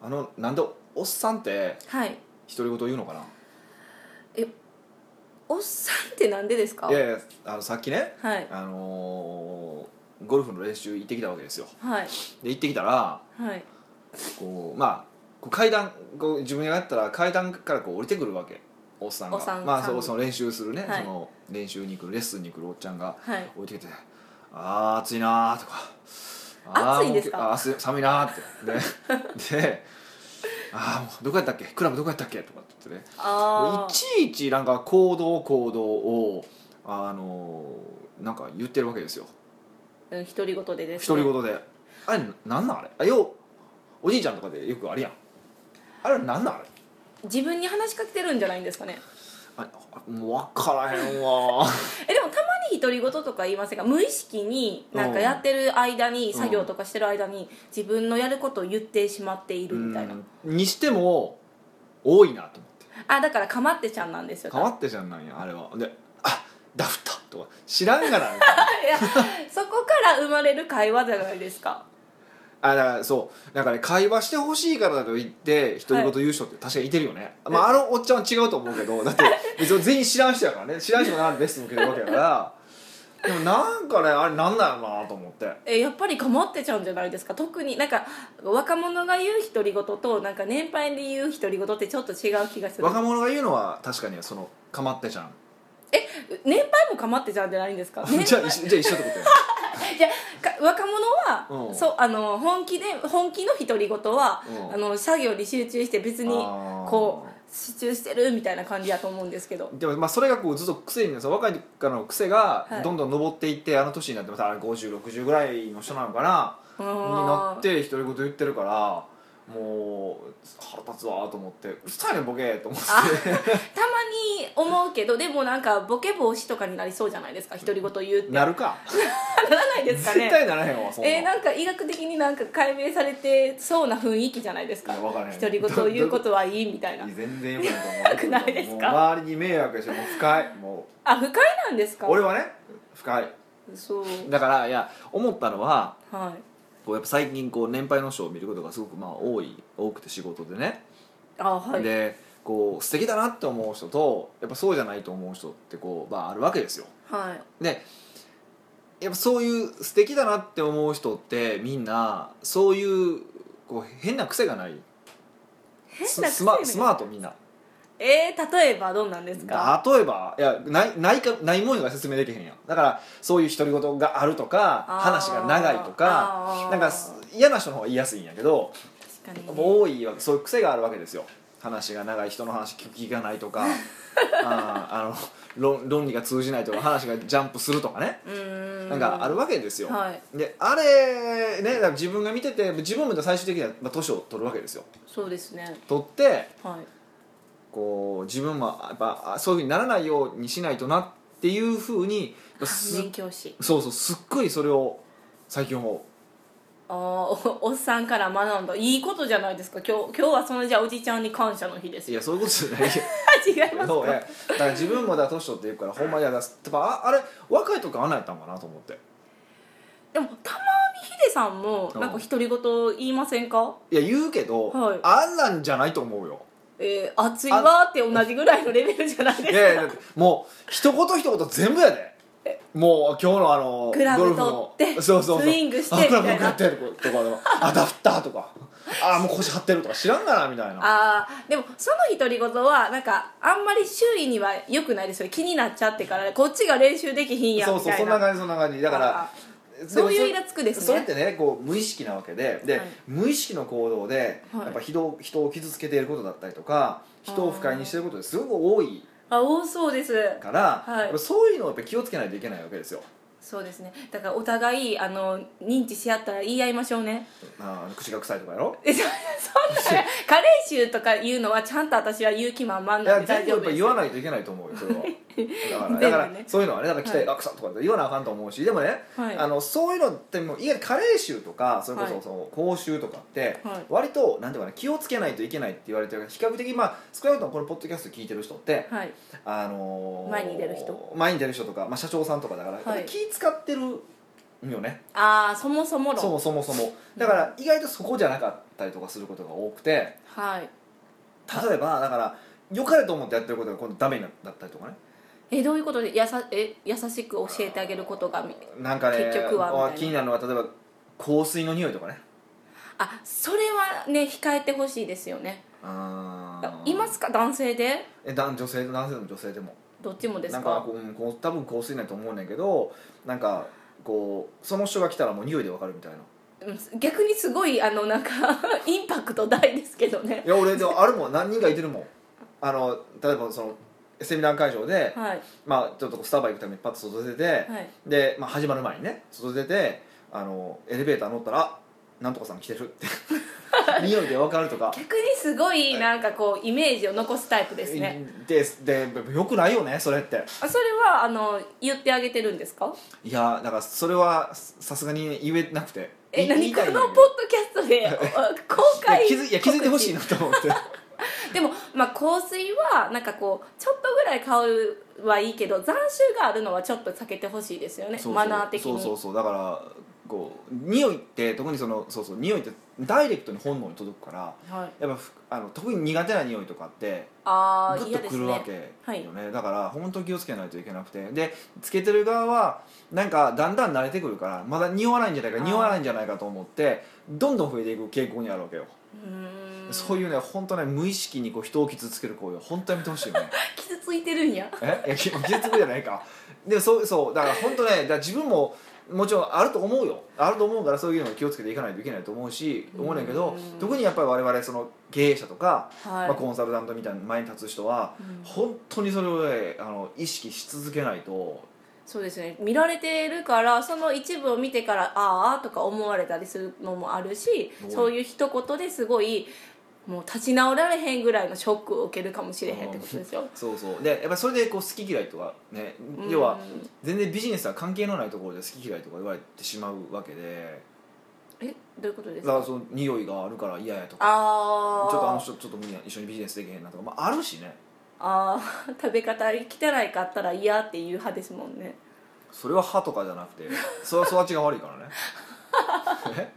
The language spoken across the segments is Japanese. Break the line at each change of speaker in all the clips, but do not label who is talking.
あのなんでおっさんって
はい
独り言言うのかな
おっさんってなんでですか
いやいやあのさっきね、
はい
あのーゴルフの練習行ってきたわけですよ
はい
で行ってきたら
はい
こうまあこう階段こう自分がやったら階段からこう降りてくるわけおっさんが
おっさん
まあ
さん
そうその練習するね、
はい
その練習に来るレッスンに来るおっちゃんが
はい
降りてきて「あー暑いな」とか「ー
暑いんですか
もうあーす寒いな」ってでで「ああもうどこやったっけクラブどこやったっけ?」とかって言ってねも
あ
ういちいちなんか行動行動をあのーなんか言ってるわけですよ
あ独り言でです、
独
ね、
り言であれなんなんあれあようおじいちゃんとかでよくあるやんあれなんなんあれ
自分に話しかけてるんじゃないんですかね
ああもう分からへんわ
えでもたまに独り言とか言いませんが無意識になんかやってる間に、
ん
作業とかしてる間に自分のやることを言ってしまっていうる みたいな、
んにしても多いなと思って
あだからかまってちゃんなんですよ
変わってじゃんなんやあれはで「あダフった」とか知らんがな
いやそこから生まれる会話じゃないですか
あだからそうだから、ね、会話してほしいからだと言って独り言言う人って確かにいてるよね、まあ、あのおっちゃんは違うと思うけどだって 別に全員知らん人やからね知らん人がなんてベスト受けてるわけやからでもなんかねあれなんだよなと思って
えやっぱりかまってちゃうんじゃないですか特になんか若者が言う独り言となんか年配で言う独り言ってちょっと違う気がする
若者が言うのは確かにそのかまってちゃん、
年配もかまってちゃうんじゃないんですか 年
じゃ
配
あ一緒じゃあ一緒ってことや
じゃあか若者は、
うん
そうあの本気で本気の独り言は、
うん
あの作業に集中して別に
あー
こう集中してるみたいな感じだと思うんですけど
でもまあそれがこうずっと癖にその若い時からの癖が
はい
どんどん上っていって、あの年になってまた5060ぐらいの人なのかな
に
になって独り言言ってるからもう腹立つわと思って「うっさいねボケ」と思って
あたまに思うけどでもなんかボケ防止とかになりそうじゃないですか独り言言うって
なるか
ならないですか
絶
ね
対ならへんわそんな,、
えーなんか医学的になんか解明されてそうな雰囲気じゃないですか
いやわからへん
独り言を言うことはいいみたいな
全然よくないと思う
よくないですか
もう周りに迷惑やしてもう不快も
あ不快なんです
う
か
俺はね不快
そう
だからいや思ったのは
は
こうやっぱ最近こう年配の人を見ることがすごくまあ多い多くて仕事でね、
いあはい
でこう素敵だなって思う人とやっぱそうじゃないと思う人ってこう、まあ、あるわけですよ
はい
でやっぱそういう素敵だなって思う人ってみんなそういうこう変な癖がない
変な
ススマ
癖
スマートみんな
えー、例えばどんなんですか
例えばいやないないかないものが説明できへんやんだからそういう独り言があるとか
あー
話が長いと
あ
か
ー
なんかす嫌な人の方が言いやすいんやけど
確かに
多いわけそういう癖があるわけですよ話が長い人の話聞く気がないと かあーあの論論理が通じないとか話がジャンプするとかね
うーん
なんかあるわけですよ、
はい
であれねだから自分が見てて自分も最終的にはまあ年を取るわけですよ
そうですね
取って
はい
こう自分もやっぱあそういうふうにならないようにしないとなっていうふうにす
反面教師
そうそうすっごいそれを最近思
あーおおっさんから学んだいいことじゃないですか今日今日はそのじゃあおじちゃんに感謝の日で
う
す
い
よ
やそういうことじゃ ないけ
違います
どいやだから自分もだから年取っていくからほんまいやだやっぱああれ若い時からあんなんやったんかなと思って
でもたまにヒデさんもなんか独り言言いませんか
いや言うけど、
はい
あんなんじゃないと思うよ
えー、暑いわーって同じぐらいのレベルじゃないです
い
か
やいやだってもう一言一言全部やでもう今日のあの
クラブ
ゴルフの
取って
そうそうそう
スイングして
あクラブ
みたいな
やってるとかあダフったとかあもう腰張ってるとか知らんがなみたいな
あーでもその独り言はなんかあんまり周囲には良くないですよ気になっちゃってからこっちが練習できひんや
そ
み
うそう
たい
そんな
な
感じそんな感じだから
あそういうイラつくですね
それってねこう無意識なわけでで、
はい
無意識の行動で、
はい
やっぱ人を人を傷つけていることだったりとか人を不快にしていることですごく多い
あ多そうです
から、
はい
やっぱそういうのをやっぱ気をつけないといけないわけですよ
そうですねだからお互いあの認知し合ったら言い合いましょうね
あー口が臭いとかやろ
えそ そんな加齢臭とか言うのはちゃんと私は勇気満々
い
な
や
んで大
全部やっ
丈夫
ぱ
です
言わないといけないと思うよそ れはだか
全部ね
ら,、だからそういうのはねだから来
は
て「
い
あくさ」とかって言わなあかんと思うしでもね、
はい
あのそういうのってもういわゆる加齢臭とかそれこ
は
そ
い
その口臭とかって、
はい
割となんていうかな気をつけないといけないって言われてるから比較的まあ少なくともこのポッドキャスト聞いてる人って、
はい
あのー
前に出る人
前に出る人とか、まあ、社長さんとかだから、
はい
気使ってるよね
ああそもそも論
そうそもそもだから意外とそこじゃなかったりとかすることが多くて
はい
例えばだから良かれと思ってやってることが今度ダメになったりとかね
えどういうことでやさえ優しく教えてあげることがみ
なんかね
結局はみたいな
気になるのは例えば香水の匂いとかね
あそれはね控えてほしいですよね
あー
いますか男性で
え男女性男性でも女性でも
どっちもです
な
か
んかこう、うん、こう多分香水ないと思うねんけどなんかこうその人が来たらもう匂いでわかるみたいな
うん逆にすごいあのなんかインパクト大ですけどね
いや俺でもあるもん何人かいてるもんあの例えばそのセミナー会場で、
はい
まあ、ちょっとこうスタバ行くためにパッと外出て、
はい
で、まあ、始まる前にね外出てあのエレベーター乗ったらあ「なんとかさん来てる」って 匂いでわかるとか
逆にすごいなんかこうイメージを残すタイプですね
ですでよくないよねそれって
あそれはあの言ってあげてるんですか
いやだからそれはさすがに言えなくて
え
い
何このポッ
んだ
ド
けど
キャストでお 公
い
開
や気づいや気づいてほしいなと思って
でも、まあ、香水はなんかこうちょっとぐらい香るはいいけど残臭があるのはちょっと避けてほしいですよね
そうそう
マナー的に
そうそうそうだからこう匂いって特にそのそうそう匂いってダイレクトに本能に届くから
はい、
やっぱふあの特に苦手な匂いとかって
あ
グッ
あ
と
嫌で
く
す
るわ
ね
けよね
はい
だから本当に気をつけないといけなくてでつけてる側はなんかだんだん慣れてくるからまだ匂わないんじゃないか
あー
匂わないんじゃないかと思ってどんどん増えていく傾向にあるわけよ、
うーん
そういうね本当ね無意識にこう人を傷つける行為は本当にやめてほしいよね
傷ついてるんや
えいや傷つくじゃないかでもそうそうだから本当ねだから自分ももちろんあると思うよあると思うからそういうのに気をつけていかないといけないと思うし思うねんけど
うん
特にやっぱり我々その経営者とか、
はい、
まあ、コンサルタントみたいな前に立つ人は
うん
本当にそれをねあの意識し続けないと
そうですね見られてるからその一部を見てからああとか思われたりするのもあるし
うん
そういう一言ですごいもう立ち直られへんぐらいのショックを受けるかもしれへんってことですよ
そうそうでやっぱりそれでこう好き嫌いとかね
うん
要は全然ビジネスは関係のないところで好き嫌いとか言われてしまうわけで
えどういうことです
だか
から
その匂いがあるから嫌やとかち
あ
ょ
あ
っとあの人ちょっと無理や一緒にビジネスできへんなとか、まあ、あるしね
あー 食べ方汚いかったら嫌っていう派ですもんね
それは歯とかじゃなく てそれは育ちが悪いからね え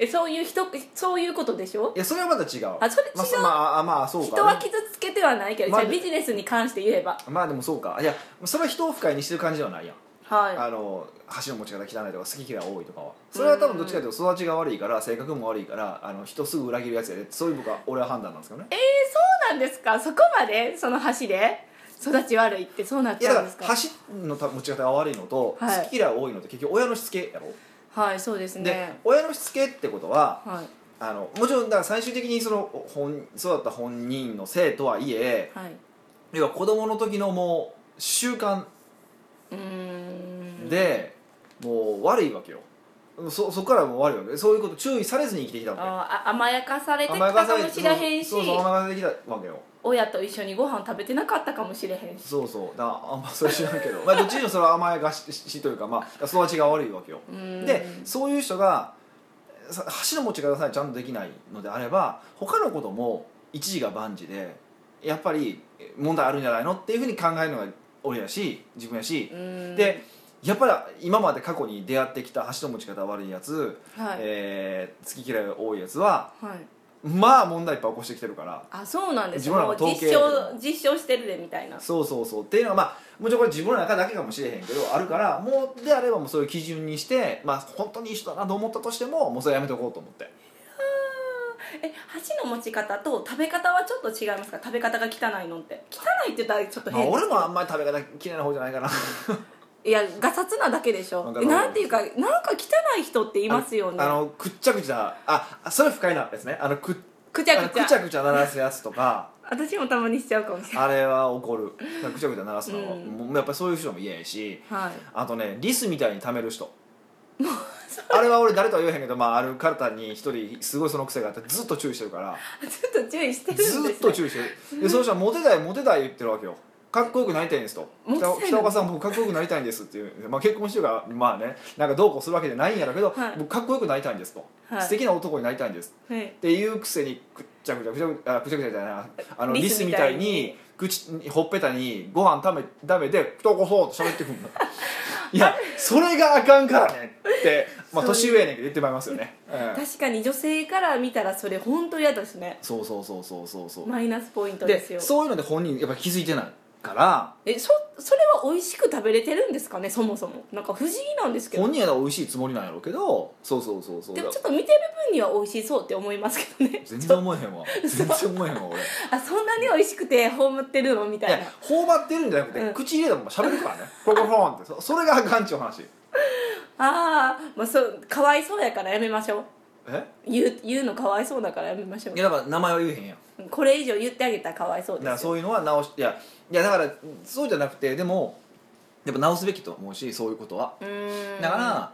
えそういう人そういうことでしょ
いやそれはまた違う
あそれ違う
まあそまああまあそうか、
人は傷つけてはないけど、
まあ
じゃあビジネスに関して言えば
まあでもそうかいやそれは人を不快にしてる感じではないやん
は
あの箸の持ち方汚いとか好き嫌い多いとかはそれは多分どっちかというと育ちが悪いから性格も悪いからあの人すぐ裏切るやつやでそういう僕は俺は判断なんですけどね
いえー、そうなんですかそこまでその箸で育ち悪いってそうなっ
い
ち
や
ゃ
だ
うん
か
です
ら
か
箸の持ち方が悪いのと、
はい
好き嫌い多いのって結局親のしつけやろ、
はいそうです
で
ね
親のしつけってことは
はい
あのもちろんだから最終的にその本育った本人のせいとはいえ
はい
要は子供の時のもう習慣
うーん
で、もう悪いわけよそそこからもう悪いわけそういうこと注意されずに生きてきたわけ
あーあ甘やかされてき
甘
た
やか
か
され
もしれへんし
そうそう甘やかされてきたわけよ
親と一緒にご飯食べてなかったかもしれへんし
そうそうだからあんまそれ知らんけどまあどっちにもそれは甘やかししというかまあ育ちが悪いわけよ
うーん
でそういう人がさ箸の持ち方さえちゃんとできないのであれば他のことも一時が万事でやっぱりえ問題あるんじゃないのっていうふうに考えるのが俺やし自分やし
う、ーん
でやっぱり今まで過去に出会ってきた箸の持ち方悪いやつ、
はい、
えー好き嫌いが多いやつは
はい
まあ問題いっぱい起こしてきてるから
あそうなんです
自分らの
もう
統計
実証実証してるでみたいな
そうそうそうっていうのはまあもちろんこれ自分の中だけかもしれへんけどあるからもうであればもうそういう基準にしてまあ本当にいい人だなと思ったとしてももうそれやめとこうと思って
え箸の持ち方と食べ方はちょっと違いますか食べ方が汚いのって汚いって言ったらちょっと
まあ
変
俺もあんまり食べ方綺麗な方じゃないかな
いやガサツなだけでし
わ
ょ
かる
えなんていうかなんか汚い人っていますよね
あのくっちゃくちゃああそれ不快なですねあのくっ
くち
あ
ゃ
の
くちゃ
くちゃくちゃ鳴らすやつと か
私もたまにしちゃうかもしれ
あれは怒るなんかくちゃくちゃ鳴らすのは、
うん
もうやっぱりそういう人も嫌やし
ないはい
あとねリスみたいに貯める人あれは俺誰とは言えへんけど、まあ、ある方に一人すごいその癖があってずっと注意してるから
ずっと注意してるんです、
ず
ね、
っと注意してるでその人はモテたいモテたい言ってるわけよかっこよくなりたいんですと
モテた
北
いの
北岡さん僕かっこよくなりたいんですっていう、まあ、結婚してるからまあねなんかどうこうするわけじゃないんやろうけど、
はい
僕かっこよくなりたいんですと、
はい
素敵な男になりたいんです
はい
っていうくせにくっちゃくちゃくちゃくちゃあくちゃくちゃじゃないなあのリ
リ
ス
ス
み
み
た
た
い
いに
に口にほっぺたにご飯食べ食べて「太こそう」と喋ってくるんだいやそれがあかんからねって、まあ、
そう
年上やねんけど言ってまいりますよね、うん
確かに女性から見たらそれ本当嫌ですね
そうそうそうそうそうそう
マイナスポイントです
で
よ
そういうので本人やっぱ気づいてないから
えそそれは美味しく食べれてるんですかねそもそもなんか不思議なんですけど
本人やら美味しいつもりなんやろうけどそうそうそうそう
でもちょっと見てる分には美味しそうって思いますけどね
全然思えへ んわ全然思えへんわ俺
あそんなに美味しくて葬ってるのみた
い
いな
や頬張ってるんじゃなくて、
うん
口入れたまま喋る からねポコポンってそそれがあかんっちゅう話
あー、まあそうかわいそうやからやめましょう
え
言う言うのかわいそうだからやめましょ
いやだから名前は言えへんやん
うこれ以上言ってあげたらかわいそう
だから
ですよ
そういうのは直しいやいやだからそうじゃなくてでもやっぱ直すべきと思うしそういうことは
うーん
だから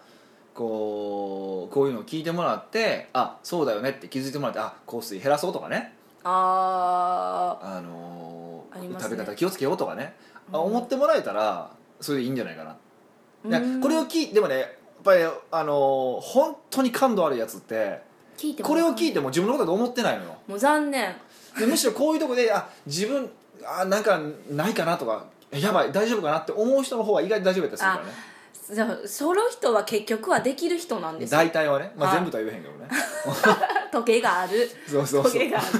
こうこういうのを聞いてもらってあそうだよねって気づいてもらってあ香水減らそうとかね、
あ
あのー
ありますね
食べ方気をつけようとかね、あ
うん
思ってもらえたらそれでいいんじゃないかな
ー
いう
ー
や
ん
これを聞いてでもねやっぱりあのー本当に感度あるやつって
聞いても
これを聞いても自分のことだと思ってないのよ
もう残念
でむしろこういうとこであ自分あなんかないかなとかやばい大丈夫かなって思う人の方は意外と大丈夫やったりするからね
じゃあその人は結局はできる人なんですよ
大体はね、まあ、
はい
全部とは言えへんけどね
時計がある
そう そう
時
そう
計がある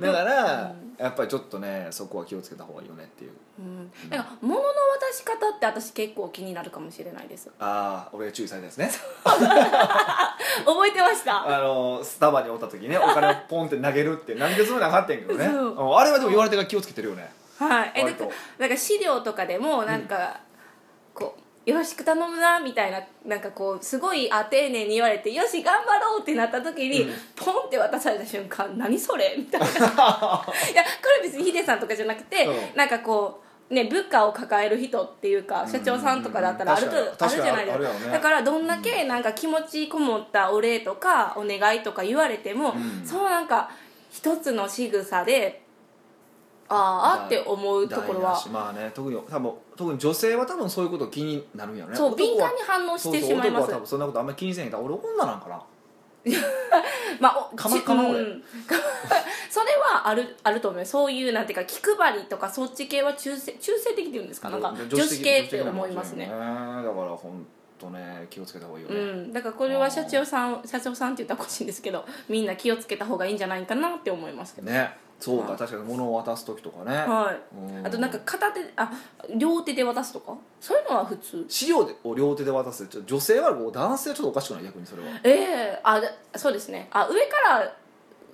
だから、やっぱりちょっとねそこは気をつけた方がいいよねっていう
うんなんか物の渡し方って私結構気になるかもしれないです
ああ俺が注意されたやつね
覚えてました
あのスタバにおった時ねお金をポンって投げるって何でそんななかったんやけどね
そう
うんあれはでも言われてから気をつけてるよね
はいえだ
割
か
と
らなんか資料とかでもなんか、こうよろしく頼むなみたいななんかこうすごいあ丁寧に言われてよし頑張ろうってなった時に、
うん
ポンって渡された瞬間何それみ たいないやこれ別にヒデさんとかじゃなくて、
うん
なんかこうね部下を抱える人っていうか社長さんとかだったらあると、
うんうんうん
ある
確
じ
かに
ゃないです
確かにある
か
よね
だからどんだけなんか気持ちこもったお礼とかお願いとか言われても、
うん
そうなんか一つの仕草でああって思うところは
台無しまあね特に多分特に女性は多分そういうこと気になるんやろね
そう敏
男は
感に反応し
そう
て
そう
しまいま
男
す
は多分そんなことあんまり気にせんけど俺女なんかな
まあお
かま
ち
かま
うん
俺
それはあるあると思うよそういうなんていうか気配りとかそっち系は中性中性的っていうんですかなんか
女
女子系って思いますね
女子的なもんですよねだから本当ね気をつけた方がいいよ
う
ね、
ん、だからこれは社長さん社長さんって言ったらおかしいんですけどみんな気をつけた方がいいんじゃないかなって思いますけど、
ねそうか、
はい
確かに物を渡す時とかね、
はい
うん
あとなんか片手あ両手で渡すとかそういうのは普通
資料を両手で渡すちょっと女性はこう男性はちょっとおかしくない逆にそれは
ええあだそうですねあ上から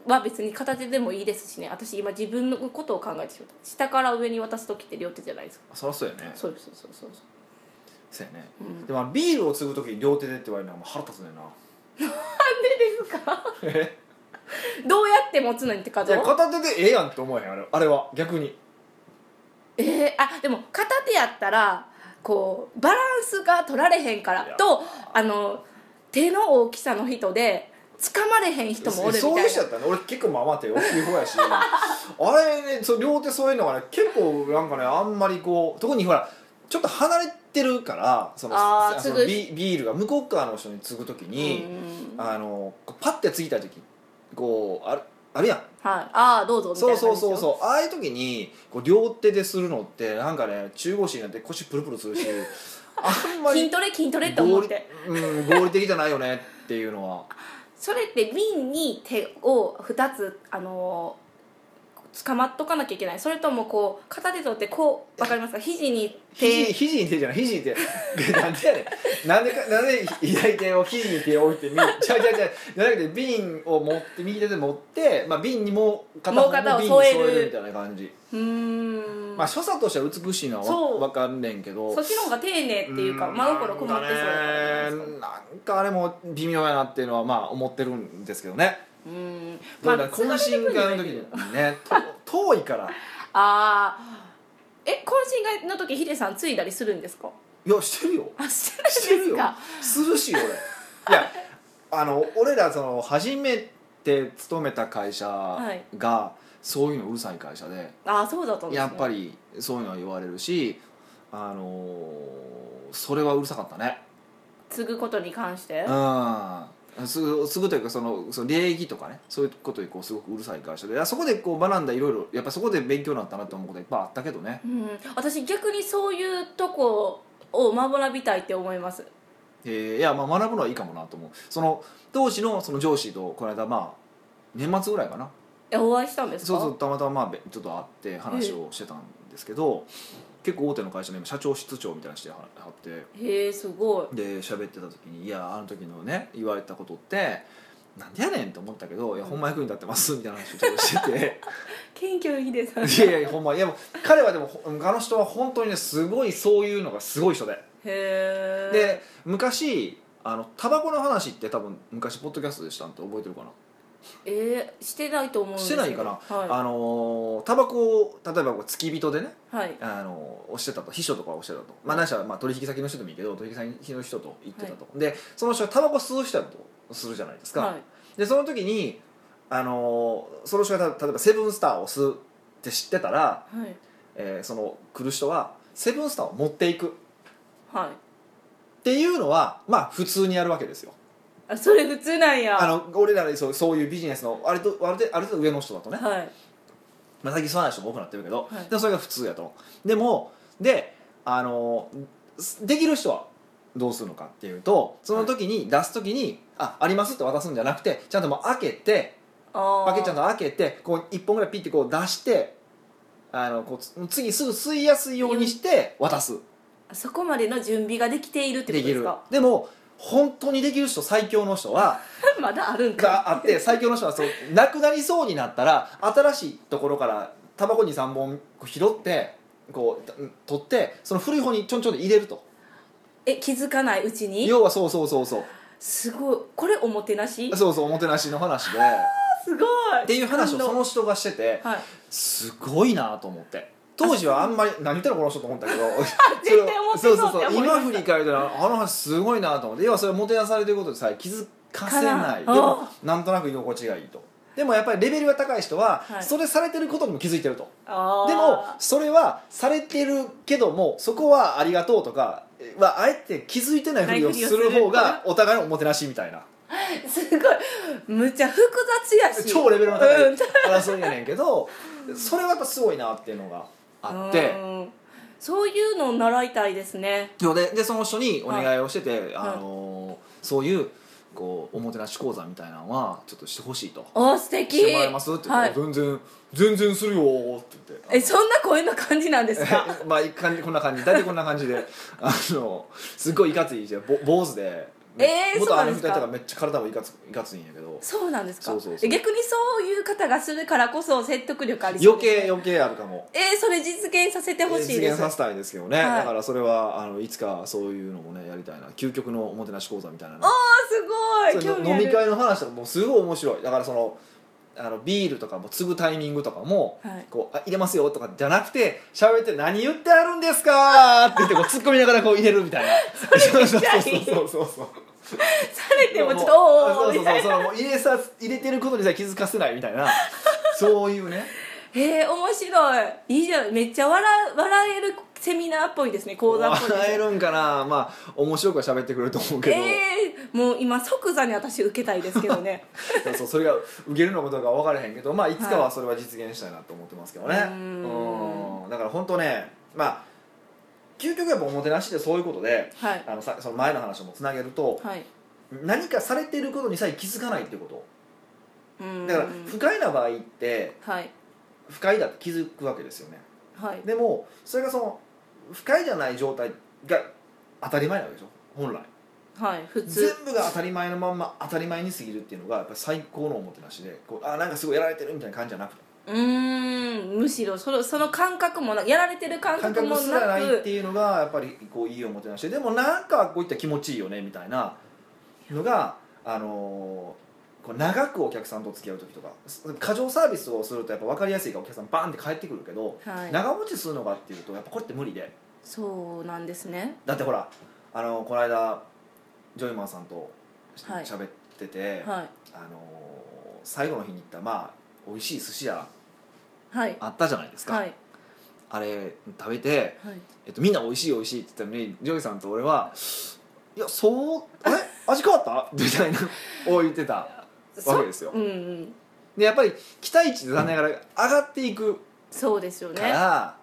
は別に片手でもいいですしね私今自分のことを考えてしまった下から上に渡す時って両手じゃないですか
そりゃそうやね
そうですそうですそうです
そうやね、
うん
でもあのビールを継ぐ時に両手でって言われるのはもう腹立つねんななんでですかえ
どうやって持つのにって
い
こと
や片手でええやんって思わへんあれあれは逆に
ええあでも片手やったらこうバランスが取られへんから
いや
とあの手の大きさの人で掴まれへん人もおるみたい
そう
な
いう人やったね俺結構まあまあ手大きい方やし あれねそう両手そういうのがね結構なんかねあんまりこう特にほらちょっと離れてるからその
あー
その
継ぐ
ビビールが向こう側の人に継ぐ時
う
に、
んはい
あのこうパッて継ぎた時こうあるあるやん
ああどうぞみたい
そう
な感
そ
じ
うそう
う
そうああいう時にこう両手でするのってなんかね中腰になって腰プルプルする しあんま
筋
り
トレ筋トレって思
合
っ
理
て
うん合理的じゃないよねっていうの は
それって瓶に手を2つあのー、捕まっとかなきゃいけないそれともこう片手取ってこうわかりますか肘に
肘
手
肘に手じゃない肘に手 なんでやねんなんでかなんで左手を肘に手を置いてみ ちゃうちゃうちゃうじゃなくて瓶を持って右手で持って、まあ、瓶にも片方
もう
の
片方
瓶に添
添える
えるみたいな感じ、
うーん、
まあ所作としては美しいの
そ
は
う
分かんねんけど
そっちの方が丁寧っていうか真心こもってそ
な
うやから
ん
ね
かねなんかあれも微妙やなっていうのはまあ思ってるんですけどね
うーんま
だ
あ
から懇親会の時にねと遠 いから
あーえ懇親会の時ヒデさんついだりするんですか
いやしてるよ
あ してないん
してる
です
よ
か
するし俺いやあの俺らその初めて勤めた会社がそういうのうるさい会社で
ああそうだったんです、ね、
やっぱ
り
りそういうのは言われるしあのーそれはうるさかったね
継ぐことに関して
うんすぐすぐというかそのその礼儀とかねそういうことにこうすごくうるさい会社でいやそこでこう学んだいろいろやっぱそこで勉強になったなと思うこといっぱいあったけどね
うん、私逆にそういうとこを学びたいって思います
えーいやまあ学ぶのはいいかもなと思うその当時のその上司とこの間まあ年末ぐらいかな
えお会いしたんです
そ
か
うそうたまたままあべちょっと会って話をしてたんですけど、結構大手の会社の今社長室長みたいな人やははって
へえすごい
で喋ってた時に「いやあの時のね言われたことってなんでやねん」と思ったけど「いや
うん
ほんま役に立ってます」みたいな話をちょっとしてて
謙虚ヒデさん
いやいやほんまいやもう彼はでもほあの人は本当にねすごいそういうのがすごい人で
へえ
で昔あのタバコの話って多分昔ポッドキャストでしたんて覚えてるかな
えー、してないと思うんですけど
してないかな
は
あのータバコを例えばこう付き人でね
い、はい、
あの押してたと秘書とか押してたと、まあ、何しろまあ取引先の人でもいいけど取引先の人と行ってたと、でその人はタバコ吸う人だとするじゃないですか、
はい
でその時に、あのーその人がた例えばセブンスターを吸うって知ってたら、
はい
えーその来る人はセブンスターを持っていくっ
はい
ていうのはまあ普通にやるわけですよ
あそれ普通なんや
あの俺らでそうそういうビジネスのあれとある程度ある程度上の人だとね
はい
まあ、最近そうな人も多くなってるけど、
はい
でもそれが普通やとでもであのすできる人はどうするのかっていうとその時に出す時に、あありますって渡すんじゃなくてちゃんともう開けて
あ
パケちゃん
の
と開けてこう1本ぐらいピッてこう出してあのこうつ次すぐ吸いやすいようにして渡す
そこまでの準備ができているってこ
で
と
き
です
る
か
でも本当にできる人最強の人 は
まだあるんか
があって最強の人はそうなくなりそうになったら新しいところからタバコ23本拾ってこううん取ってその古い方にちょんちょんで入れると
え気づかないうちに
要はそうそうそうそ
すごいこれおもてなし
うそうそうおもてなしの話 で
すごい
っていう話を
感動
その人がしてて
はい
すごいなと思って当時はあんまり何言ってんのこの人と思ったけ ど
絶対思ってそうって
それを
思いました
今振り返ったらあの話すごいなと思って要はそれはもてなされてることでさえ気づかせないで
かな
もなんとなく居心地がいいとでもやっぱりレベルが高い人は、
はい
それされてることにも気づいてると
あー
でもそれはされてるけどもそこはありがとうとかはあえて気づいてないふりをする方がお互いのおもてなしみ たいな
すごいむちゃ複雑やし
超レベルの高
う
い
ん
争いやねんけどそれはやっぱすごいなっていうのがあっ
う
て
んそういうのを習いたいですね
そうででその人にお願いをしてて、
はい
あのーそういうこうおもてなし講座みたいなのはちょっとしてほしいと。
お素敵
してもらえますって言っ
は
て、
い、
全然全然するよーって言って
えそんな声の感じなんですか
まあ一貫こんな感じ大体こんな感じであのすっごいいかついじゃんぼ坊主で、
えー
元あの人
そうなんですか
やったからめっちゃ体もいかついかついんやけど
そうなんですか
そうそうそう
え逆にそういう方がするからこそ説得力ありそう
余
ですね
計余計あるかも
えーそれ実現させてほしい
実
で
現
す
させたいですけどね、
はい
だからそれはあのいつかそういうのもねやりたいな究極のおもてなし講座みたいなね
おあすごい
そ
興
う
味あ
飲
る
み会の話とかもすごい面白いだからそのあのビールとかも継ぐタイミングとかも、
はい
こうあ入れますよとかじゃなくて喋って「何言ってあるんですか!」って言って こう突っ込みながらこう入れるみたいなそうそう
ゃいい
そうそうそう
されてもちょっとおーおーおーみたいな
そうそうそうそのもう入れさ入れてることにさえ気づかせないみたい なそういうね
へ え面白いいいじゃんめっちゃ笑笑えるセミナーっぽいですね講座っぽいです
笑えるんかなまあ面白くは喋ってくれると思うけど、
えー、もう今即座に私受けたいですけどね
そうそうそれが受けるのかどうかは分からへんけどまあいつか
は
はいそれは実現したいなと思ってますけどね、
うーん
うんだから本当ねまあ究極やっぱおもてなしってそういうことで
はい
あのさその前の話もつなげると
はい
何かされていることにさえ気づかないってこと
うーん
だから不快な場合って
はい
不快だって気づくわけですよね
はい
でもそれがその不快じゃない状態が当たり前なわけでしょ本来
はい普
全
通
部が当たり前のまんま当たり前に過ぎるっていうのがやっぱ最高のおもてなしでこうあなんかすごいやられてるみたいな感じじゃなくて
うーんむしろそのその感覚もなやられてる感
感
覚も
覚す
な
らないっ
く
ていうのがやっぱりこういいおもてなしででもなんかこういった気持ちいいよねみたいなのが、あのーこう長くお客さんと付き合う時とか過剰サービスをするとやっぱ分かりやすいからお客さんバーンって帰ってくるけど、
はい
長持ちするのかっていうとやっぱこれって無理で
そうなんですね
だってほらあのこの間ジョイマンさんとし
はい
喋ってて、
は
あのー最後の日に行ったまあ美味しい寿司屋
いはい
あったじゃないですか、
はい
あれ食べて、
はい
えっと、みんな美味しい美味しいって言ったのにジョイさんと俺は「いやそうあれ味変わった?」みたいなを言ってたわ
そ
けですよ
うんうん
でやっぱり期待値で残念ながら上がっていく
そうですよ
か
ね
ら、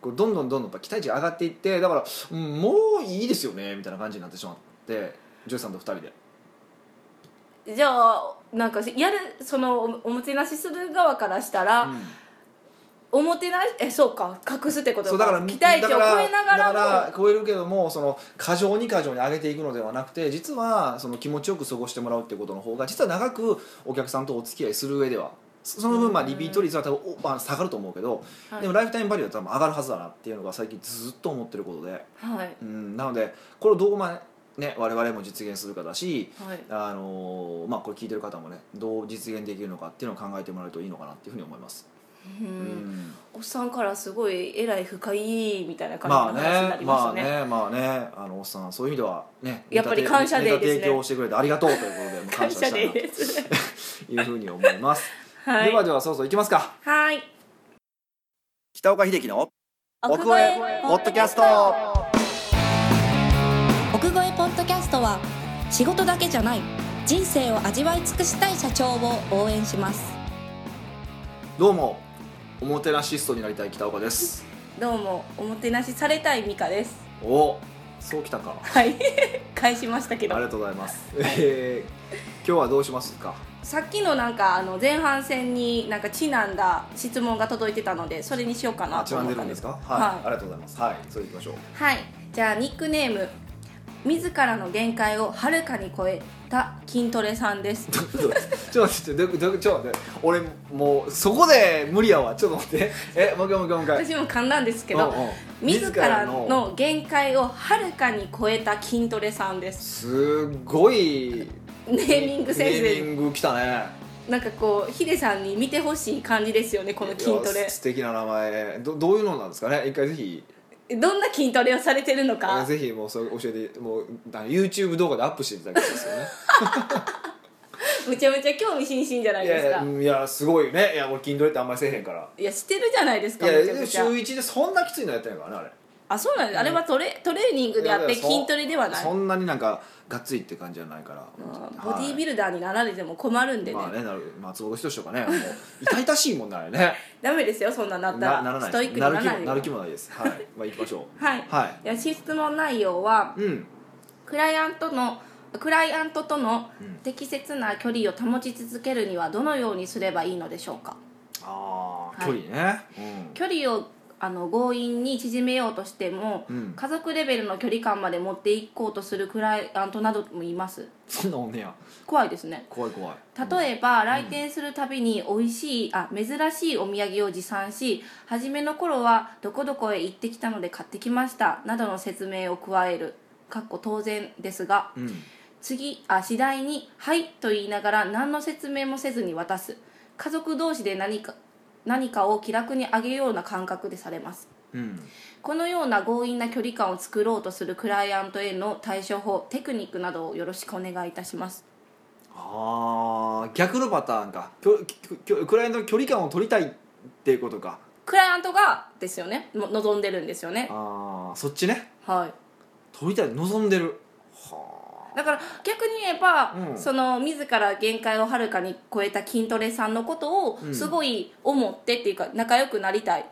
こうどんどんどんどんやっぱ期待値が上がっていってだから、うんもういいですよねみたいな感じになってしまってジョイさんと2人で
じゃあなんかやるそのおおもてなしする側からしたら、
うん
おもてなしえそうか隠すってこと
そうだから
期待値
だか
を
ら
超えながらも
だから超えるけどもその過剰に過剰に上げていくのではなくて実はその気持ちよく過ごしてもらうってことの方が実は長くお客さんとお付き合いする上ではそその分まあリピート率は多分おまあ下がると思うけど、
はい
でもライフタイムバリューは多分上がるはずだなっていうのが最近ずっと思ってることで、
はい
うん、なのでこれをどうまあね我々も実現するかだし
はい
あのーまあこれ聞いてる方もねどう実現できるのかっていうのを考えてもらえるといいのかなっていうふうに思います。
うん
うん
おっさんからすごいえらい深いみたいな
ま
感
あ
じの話にな
ね
りま
ま
した
あ
ね,、
ねまあねあのおっさんそういう意味ではね
やっぱり感謝デーですね
ネタ提供してくれてありがとうということでもう
感
感謝
謝
したい
で
なと
いいですね
いうふうに思います、
はい
ではではそうそういきますか
はい
北岡秀樹の奥越えポッドキャスト
奥越えポッドキャストは仕事だけじゃない人生を味わい尽くしたい社長を応援します
どうもおもてなしストになりたい北岡です
どうもおもてなしされたいミカです
おそうきたかあ
はい返しました
り
けど
がとうございます、えー、今日はどうしますか
さっきのなんかあの前半戦になんかちなんだ質問が届いてたのでそれにしようかな
あち
と
らん
思っ
で
た
る
ん
ん
で
ですすかはい、
はい
ありがとうございますはいそれいきましょう
はいじゃあニックネーム自らの限界をはるかに超えた筋トレさんです
ちょっと待ってちょっと待ってちょっと待って俺もうそこで無理やわちょっと待ってえもう一回もう一回もう一回
私も噛んだんですけど
うんうん
自らの限界をはるかに超えた筋トレさんです
すごい
ネーミングセンス
ネ
で
ーミングきたね
なんかこうヒデさんに見てほしい感じですよねこの筋ト
いや素敵な名前どどういうのなんですかね一回ぜひ
レどんな筋トレをされてるのか
ぜひもうそれ教えてもうあの YouTube 動画でアップしていただきたいですよ ね
むちゃむちゃ興味津々じゃない
い
です
や
か
いやいやすごいよねいや俺筋トレってあんまりせえへんから
いやしてるじゃないですか
いや
めち
で
ゃ
も
くち
週
ゃ
1でそんなきついのやってないからねあれ
あそうなんですあれはトレトレーニングであっ
い
て
やいやそ
筋トレではない
そんなになんかがっついって感じじゃないから
まあボディービルダーになられても困るんでね,、
まあねなる松本人志とかねもう痛々しいもんなあ れね
ダメですよそんなんなった
な
ら
ならない
ストイックに
なる
なら
気
な
も
い
なる気もないですはいまあ行きましょ う
はい
はい
いや質問内容は
うん
クライアントのクライアントとの適切な距離を保ち続けるにはどのようにすればいいのでしょうか
ああ、
はい
距離ね、うん、
距離をあの強引に縮めようとしても、
うん
家族レベルの距離感まで持っていこうとするクライアントなどもいます
そんなおんねや
怖いですね
怖い怖い
例えば、来店するたびに美味しいあ珍しいお土産を持参し初めの頃は「どこどこへ行ってきたので買ってきました」などの説明を加えるかっこ当然ですが
うん、
次あ次第に「はい」と言いながら何の説明もせずに渡す家族同士で何か何かを気楽にあげような感覚でされます
うん、
このような強引な距離感を作ろうとするクライアントへの対処法テクニックなどをよろしくお願いいたします
ああ逆のパターンかきょきょきょクライアントの距離感を取りたいっていうことか
クライアントがですよねも望んでるんですよね
ああそっちね
はい
取りたい望んでるは
だから逆に言えば、
うん
その自ら限界をはるかに超えた筋トレさんのこと
う
を
ん
すごい思ってっていうか仲良くなりたい
あ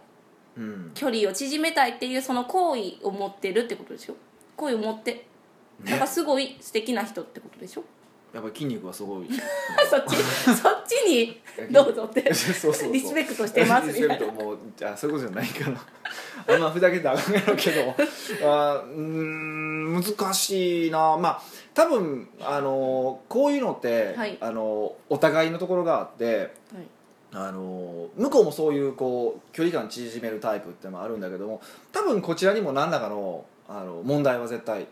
うん
距離を縮めたいっていうその好意を持ってるってことでしょ好意を持って
ね
やっぱすごい素敵な人ってこと でしょ、
やっぱり筋肉はすご い
そっちそっちにどうぞっ て
そうそうそう
リスペクトしてますみたいな
リスペクトもうじゃあそういうことじゃないかなあんまふざけてあかんやろうけどあーうーん難しいなまあ多分あのこういうのって、
はい
あのお互いのところがあって
はい
あの向こうもそういうこう距離感縮めるタイプってのもあるんだけども多分こちらにも何らかのあの問題は絶対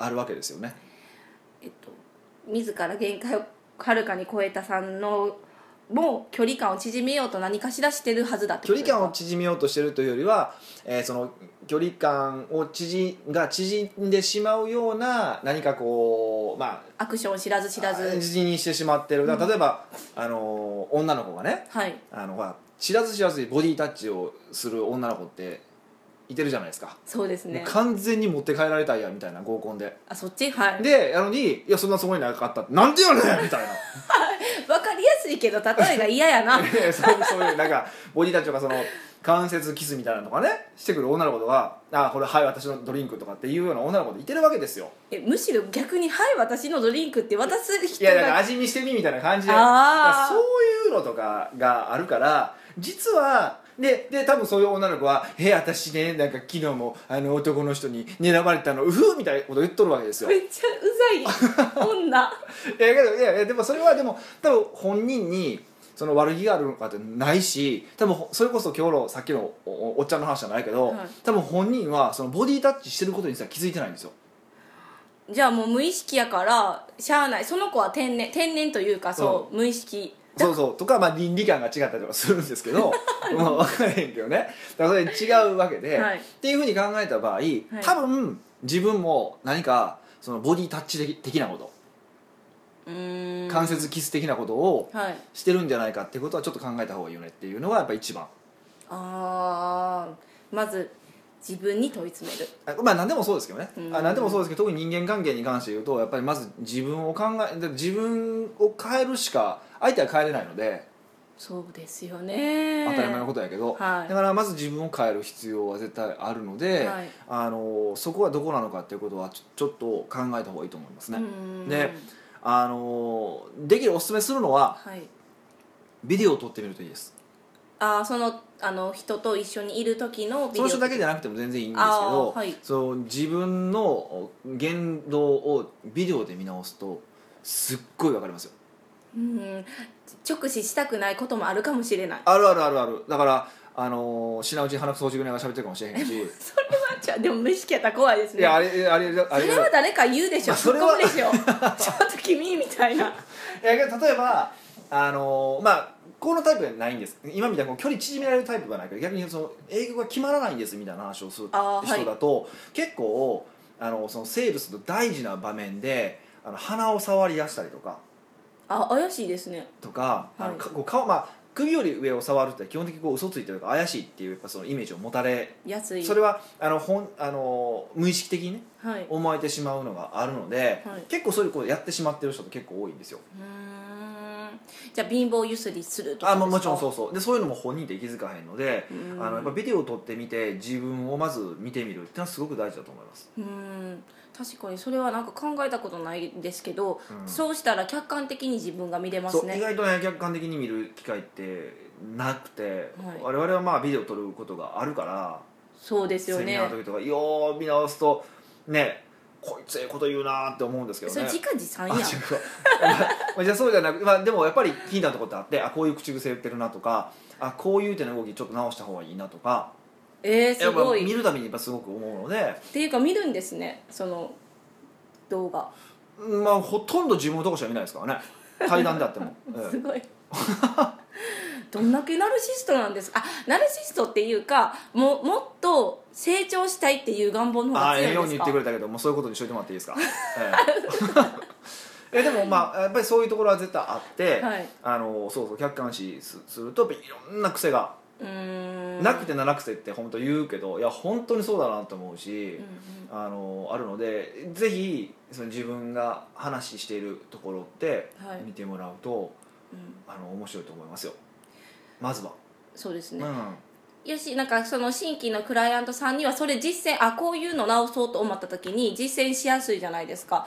あるわけですよね。
えっと、自ら限界をはるかに超えたさんのもう距離感を縮めようと何かしらしてるはずだってこ
距離
とですか
感を縮めようとしてるというよりは、えーその距離感を縮が縮んでしまうような何かこうまあ
アクションを知らず知らず
縮にしてしまってるだから例えば、あの女の子がね
はい
あのほら知らず知らずにボディタッチをする女の子っていてるじゃないですか、
そうですね
もう完全に持って帰られたいやみたいな合コンで。
あそっちはい
でやのに「いやそんなつもりなかった」なんでよねん!」みたいな
分かりやすいけど例えが嫌やな
そうそういうなんかボディタッチとかその関節キスみたいなのとかねしてくる女の子とか「あこれはい私のドリンク」とかっていうような女の子でいてるわけですよ
えむしろ逆に「はい私のドリンク」って渡す
い
人
やだから
が
味見してみみたいな感じで
あ
だ
ー
からそういうのとかがあるから実はでで多分そういう女の子は「え私ねなんか昨日もあの男の人に狙われたのうふ」みたいなこと言っとるわけですよ
めっちゃうざい 女
いやけどいやいやでもそれはでも多分本人にその悪気があるのかってないし多分ほそれこそ今日のさっきのおおおっちゃんの話じゃないけど、
はい
多分本人はそのボディタッチしてることにさ気づいてないんですよ
じゃあもう無意識やからしゃあないその子は天然天然というかそう、無意識
そうそうとか、まあ、倫理観が違ったりとかするんですけど まあ分からへんけどねだからそれ違うわけで、
はい
っていうふうに考えた場合、多分自分も何かそのボディタッチ的的なこと
うーん
関節キス的なことを
はい
してるんじゃないかってことはちょっと考えた方がいいよねっていうのがやっぱ一番。
あーまず自分に問い詰める
あまあ何でもそうですけどね、
うん
あ何でもそうですけど特に人間関係に関して言うとやっぱりまず自分を考えで自分を変えるしか相手は変えれないので
そうですよ
当
ね
たり前のことやけど、
はい
だからまず自分を変える必要は絶対あるので、
はい
あのそこはどこなのかっていうことはちょちょっと考えた方がいいと思いますね、
ね
であのできるおすすめするのは
はい
ビデオを撮ってみるといいです
あーそのあの人と一緒にいる時のビデ
そ
オ
の人だけじゃなくても全然いいんですけど、
あーはい
そう自分の言動をビデオで見直すとすっごいわかりますよ
うん直視したくないこともあるかもしれない
あるあるあるあるだからあのー、品内花掃除ぐらいが喋ってるかもしれへんし
それはじゃあでも無意識やったら怖いですね
いやあれあれあれあ
そ
れい
れは誰か言うでしょ
まあそ
突っ
れは
込むでしょ ちょっと君みたいな
やけど例えばあのー、まあこのタイプはないんです今みたいにこう距離縮められるタイプはないけど逆にその英語が決まらないんですみたいな話をする
あーはい
人だと、結構あのそのセールスの大事な場面であの鼻を触り出したりとか
あ怪しいですね
とか,、あ
は
の
い
かこう顔まあ首より上を触るって基本的にこう嘘ついてるとか怪しいっていうやっぱそのイメージを持たれ
安い
それはあのほんあの無意識的にね
はいう
思えてしまうのがあるので、
はい
結構そういうことやってしまってる人って結構多いんですよ
ーんじゃあ貧乏ゆすりするとか
あ、まあ、もちろんそううそうでそういうのも本人って気づかへんので
うん
あのやっぱビデオを撮ってみて自分をまず見てみるっていうのはすごく大事だと思います
うーん確かにそれはなんか考えたことないですけど、
うん
そうしたら客観的に自分が見れます
そう意
ね
外とね客観的に見る機会ってなくて、
はい
我々はまあビデオ撮ることがあるから
そうですよ
セミ
ね
ナーの時とかよう見直すとねこいつええこと言うなーって思うんですけど
そ
ね
れ自家自
あ
産
違う
やん
まあじゃあそうじゃ なく、まあ、でもやっぱり気になるとこってあってあこういう口癖言ってるなとかあこういう手の動きちょっと直した方がいいなとか
えー、すご
やっぱ見
いっ
るたびにやっぱすごく思うので、
ていうか見るんですねその動画
まあ、ほとんど自分のとこしか見ないですからね対談であっても、え
すごいどんだけナルシストなんですかあナルシストっていうかももっと成長したいっていう願望の
え
方
あ
が
あええよ
強
う
いん
に言
です
って
か
くれたけどもうそういうことにしといてもらってい いですか、えええでもまあやっぱりそういうところは絶対あって、
はい
あのそうそう客観視すするとやっぱいろんな癖が
うーん
なくて七癖って本当言うけどいや本当にそうだなと思うし、
うんうん
あのあるのでぜひその自分が話しているところって
はい
見てもらうと、
うん
あの面白いと思いますよまずは、
そうです
うん
ね、よしなんかその新規のクライアントさんにはそれ実践あこういうの直そうと思った時に実践しやすいじゃないですか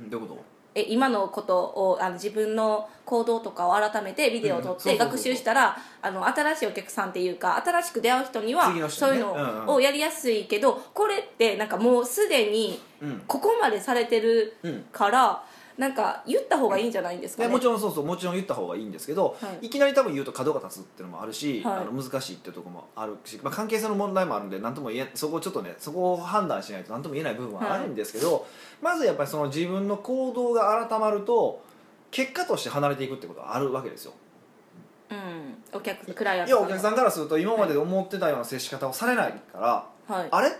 どういうこ
え今のことをあの自分の行動とかを改めてビデオを撮っ
う
て
んそうそうそう
学習したらあの新しいお客さんっていうか新しく出会う人には
次の人
そ
ね
ういう
うんうん
のをやりやすいけどこれってなんかもうすでに
とうん
ここまでされてる
うん
からなんか言った方がいいんじゃないんです
い
か
や
ね。
もちろんそうそうもちろん言った方がいいんですけど、
はい
い、きなり多分言うと角が立つっていうのもあるし、
はい
あの難しいっていうところもあるし、まあ、関係性の問題もあるんで何とも言えそこをちょっとねそこを判断しないと何とも言えない部分はあるんですけど、まずやっぱりその自分の行動が改まると結果として離れていくってことはあるわけですよ
うん、お客クライアン
い
ト
やお客さんからすると今まで思ってたような接し方をされないから、
はい、
あれって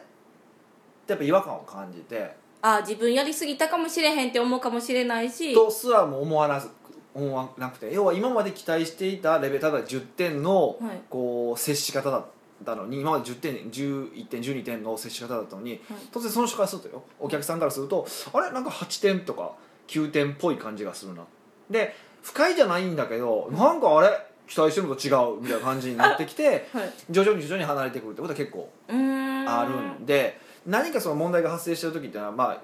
やっぱ違和感を感じて
あ自分やりすぎたかもしれへんって思うかもしれないし
とすらも思わなず思わなくて要は今まで期待していたレベルただ10点の
はい
こう接し方だったのに今まで10点11点12点の接し方だったのに、当然その人からするとよお客さんからするとあれなんか8点とか9点っぽい感じがするなで不快じゃないんだけどなんかあれ期待してるのと違うみたいな感じになってき て
はい
徐々に徐々に離れてくるってことは結構
うーん
あるんで何かその問題が発生してる時っていうのはまあ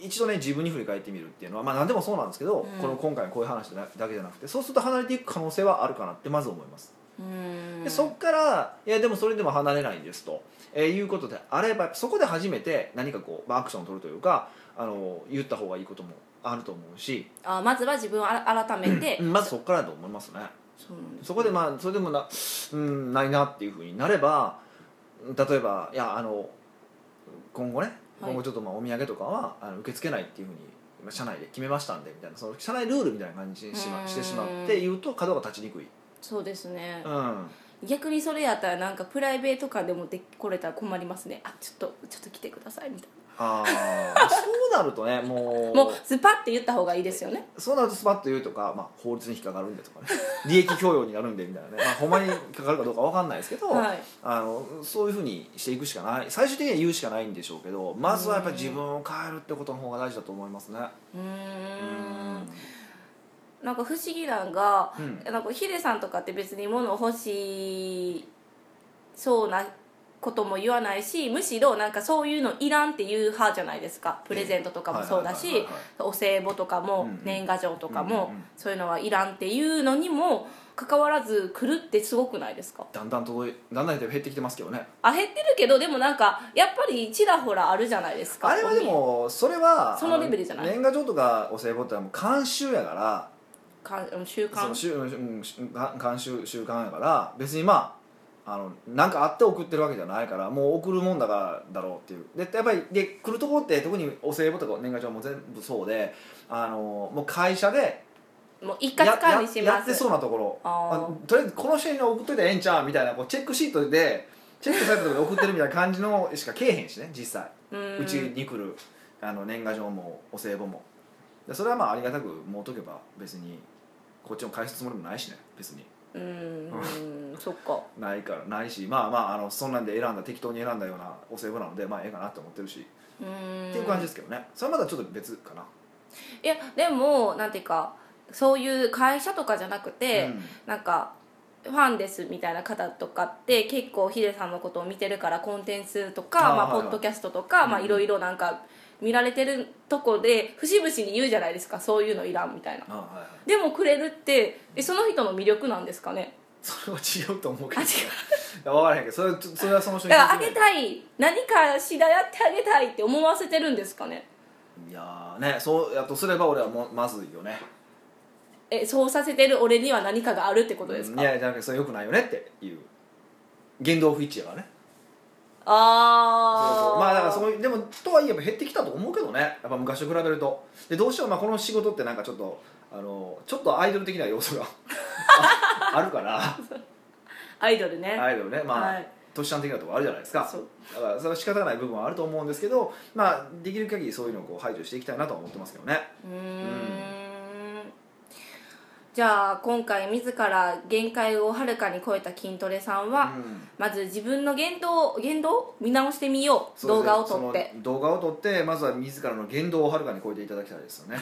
一度ね自分に振り返ってみるっていうのはまあ何でもそうなんですけど、
うん
この今回のこういう話だけじゃなくてそうすると離れていく可能性はあるかなってまず思います。
うーん
でそっからいやでもそれでも離れないんですと、えーいうことであればそこで初めて何かこう、まあ、アクションを取るというかあの言った方がいいこともあると思うし、
あまずは自分をあ改めて、
うんまずそこからだと思いますね
そうなんです
そこでまあそれでもな、うん、ないなっていうふうになれば例えばいやあの今後ね
はい
今後ちょっとまあお土産とかはあの受け付けないっていうふうにまあ社内で決めましたんでみたいなその社内ルールみたいな感じにし
う
ま
ん
してしまって言うと角が立ちにくい、
そうですね
う、ん、
逆にそれやったらなんかプライベート感でもでこれたら困りますねあちょっとちょっと来てくださいみたい
ああそうなるとねもう
なもうスパッて言った方がいいですよね
そうなるとスパッと言うとか、まあ、法律に引っかかるんでとかね利益供与になるんでみたいなね、まあ、ほんまに引っかかるかどうかわかんないですけど、
はい
あのそういうふうにしていくしかない最終的には言うしかないんでしょうけどまずはやっぱり自分を変えるってことの方が大事だと思いますね。
うー
うん
なんか不思議なんが、
う
なんかヒデさんとかって別に物欲しそうなことも言わないしむしろなんかそういうのいらんっていう派じゃないですかプレゼントとかもそう
は
だ
いはい
し
はいはい
お歳暮とか
う
も
んうん
年賀状とか
う
も
んうん
そういうのはいらんっていうのにもかかわらず来るってすごくないですか
だんだん届いだんだん減ってきてますけどね
あ減ってるけどでもなんかやっぱりちらほらあるじゃないですか
あれはでもそれは
そのレベルじゃない
あの年賀状とかお歳暮ってのはもう慣習やから
かん習
そ
慣
の週、うん、しが慣習習慣やから別にまああのなんかあって送ってるわけじゃないからもう送るもんだからだろうっていうでやっぱりで来るとこって特にお歳暮とか年賀状も全部そうであのもう会社で
もう一
や
括管理します
ややってそうなところ
あー
まあとりあえずこの人に送っといたらええんちゃうみたいなこうチェックシートでチェックされたところで送ってるみたいな感じのしかけえへんしね実際。
うーん
うちに来るあの年賀状もお歳暮もでそれはまあありがたくもうとけば別にこっちも返すつもりもないしね別に
うーんそっか
ないからないしまあまああのそんなんで選んだ適当に選んだようなお歳暮なのでまあええかなと思ってるし、
うーん
っていう感じですけどねそれはまだちょっと別かな、
いやでもなんていうかそういう会社とかじゃなくて、
うん
なんかファンですみたいな方とかって結構ヒデさんのことを見てるからコンテンツとか
あー
まあ、
はいはい
ポッドキャストとか、まあ
うん
いろいろなんか見られてるとこで節々に言うじゃないですかそういうのいらんみたいな
あはいはい
でもくれるってえその人の魅力なんですか ね
それは違うと思うけど、ね、分からへんけどそれはそれはその人
だ
に
からあげたい何かしらやってあげたいって思わせてるんですかね
いやーねそうやとすれば俺はもうまずいよね
えそうさせてる俺には何かがあるってことですか、
いやじゃなくてそれよくないよねっていう言動不一致やからねそう
あ
そ
あ
うまあだからそういうでもとはいえやっぱ減ってきたと思うけどねやっぱ昔と比べるとでどうしよう、まあ、この仕事ってなんかちょっとあのちょっとアイドル的な要素が ああるから
アイドルね、
アイドルねまあ、
はい
年上的なとこあるじゃないですか
そう
だからそれは仕方がない部分はあると思うんですけど、まあ、できる限りそういうのをこう排除していきたいなとは思ってますけどね
うーんじゃあ今回自ら限界をはるかに超えた筋トレさんは、
うん
まず自分の言動言動見直してみよう
そうです
動
ね
画を撮って
その動画を撮ってまずは自らの言動をはるかに超えていただきたいですよね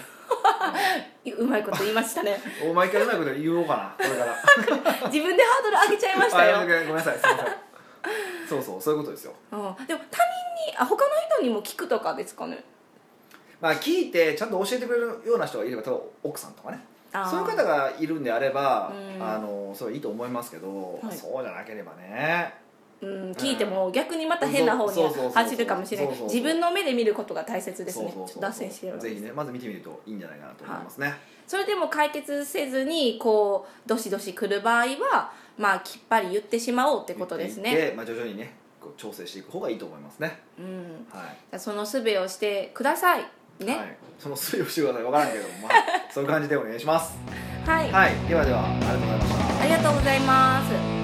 うまいこと言いましたね
お毎回うまいこと言おうかなこれから
自分でハードル上げちゃいまし たよ、
あ
うん、
ご
で
めんなさいすいませんそうそうそういうことですよ
も他人にあ他の人にも聞くとかですかね
まあ、聞いてちゃんと教えてくれるような人がいれば多分奥さんとかね
あー
そういう方がいるんであれば
うん
あのそれはいいと思いますけど、
はい
そうじゃなければね
うん、聞いても逆にまた変な方に
そうそうそうそう
走るかもしれない
そうそうそう
自分の目で見ることが大切ですね
そうそう
ちょ
そ
っと
う
脱線してる
ぜひねまず見てみるといいんじゃないかなと思いますね、
それでも解決せずにこうどしどし来る場合はまあきっぱり言ってしまおうってことです
言ってい
ね
ってまあ、徐々にねこう調整していく方がいいと思いますね
うん
はい
じゃあその術をしてください
は
ね
い、その推理をしてください分からんけども、まあ、そういう感じでお願いします
はい、
はいではではありがとうございました
ありがとうございます